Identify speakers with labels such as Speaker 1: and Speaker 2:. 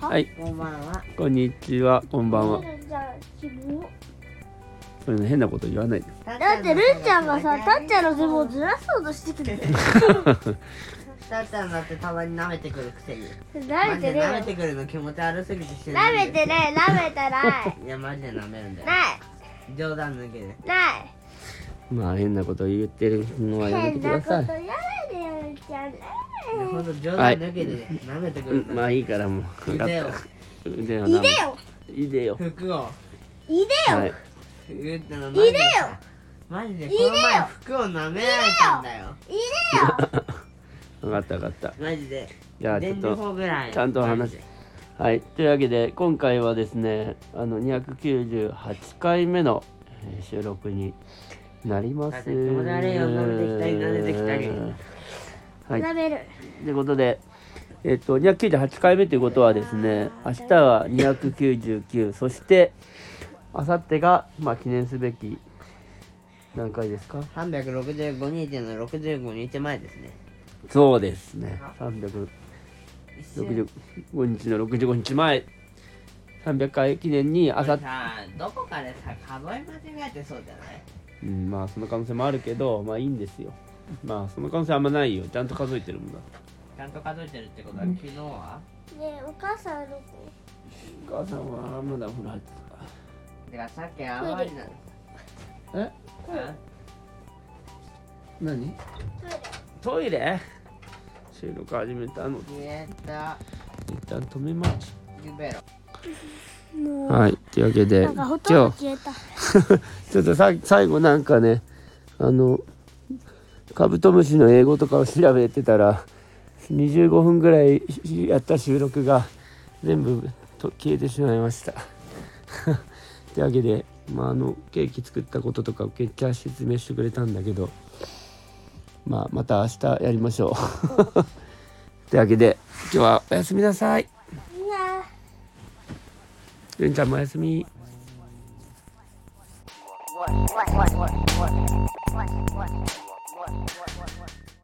Speaker 1: はい
Speaker 2: こんばんは。
Speaker 1: こんにちは、こんばんは。それね変なこと言わないで。
Speaker 2: だ
Speaker 3: だってルンちゃんがさタッちゃんのズボンをずらそうとしてくる
Speaker 2: たっちゃんだってたまに舐めてくるくせに。
Speaker 3: 舐めてね
Speaker 2: マジで舐め
Speaker 3: え
Speaker 2: てくるの気持ち悪すぎてして
Speaker 3: 舐めてねえ舐めたない
Speaker 2: いやマジで舐めるんだよ。
Speaker 3: ない
Speaker 2: 冗談抜けで。
Speaker 3: ない
Speaker 1: まあ変なこと言ってるのはやめ
Speaker 3: 変
Speaker 1: てく
Speaker 3: な
Speaker 1: だ
Speaker 3: ことや
Speaker 1: さ
Speaker 3: ら
Speaker 1: い。
Speaker 3: ないでよルンちゃん
Speaker 2: ほんと冗談抜けで舐めてく
Speaker 1: う
Speaker 2: る
Speaker 1: ん、まあいいからもう。
Speaker 2: 腕を、
Speaker 1: 腕を。
Speaker 3: いで。よ
Speaker 1: いでよ。
Speaker 2: 服を、
Speaker 3: いでよ
Speaker 1: はい。
Speaker 2: 言ってのマ
Speaker 3: いで
Speaker 2: ジで
Speaker 3: よ
Speaker 2: さ。マジでこの前服を舐められたんだよ。
Speaker 3: いでよ
Speaker 1: わかったわかった。
Speaker 2: マジで。
Speaker 1: じゃあちょ
Speaker 2: 全
Speaker 1: っ
Speaker 2: 部
Speaker 1: と。
Speaker 2: 法ぐらい。
Speaker 1: ちゃんと話
Speaker 2: マジで
Speaker 1: はい。というわけで今回はですね、あの298回目のえー収録になります。
Speaker 2: だって気持ち悪いよ舐めてきたり舐めてきたり
Speaker 1: はい。
Speaker 3: 舐める
Speaker 1: ということで、えっと、298回目ということはですね、明日は299、そして、明後日が、まあ、記念すべき、何回ですか
Speaker 2: 365日の65日前ですね。
Speaker 1: そうですね。365日の65日前、300回記念に、
Speaker 2: あ
Speaker 1: あさ
Speaker 2: さどこかでさ数え間違えてそうじゃない
Speaker 1: うん、まあ、その可能性もあるけど、まあ、いいんですよ。まあ、その可能性あんまないよ。ちゃんと数えてるもんだ。
Speaker 2: ちゃんと数えてるってことは昨日は
Speaker 3: ねえお母さんはどこ
Speaker 1: お母さんは、まだほら、
Speaker 2: てかさっきあんまりな
Speaker 1: え
Speaker 2: あ
Speaker 1: 何
Speaker 3: トイレ
Speaker 1: トイレ収録始めたの
Speaker 2: 消えた
Speaker 1: 一旦止めます。
Speaker 2: ユベロ
Speaker 3: もう
Speaker 1: はい、というわけで、
Speaker 3: なんかほ
Speaker 1: 今日、
Speaker 3: とんど消えた
Speaker 1: ちょっとさ最後なんかね、あの、カブトムシの英語とかを調べてたら、25分ぐらいやった収録が全部と消えてしまいました。というわけで、まあ、あの、ケーキ作ったこととかを結果説明してくれたんだけど、まあ、また明日やりましょ う。というわけで、今日はおやすみなさい。
Speaker 3: いやー
Speaker 1: るんちゃんもおやすみ。
Speaker 4: what, what, what, what, what, what, what, what, what, what, what, what.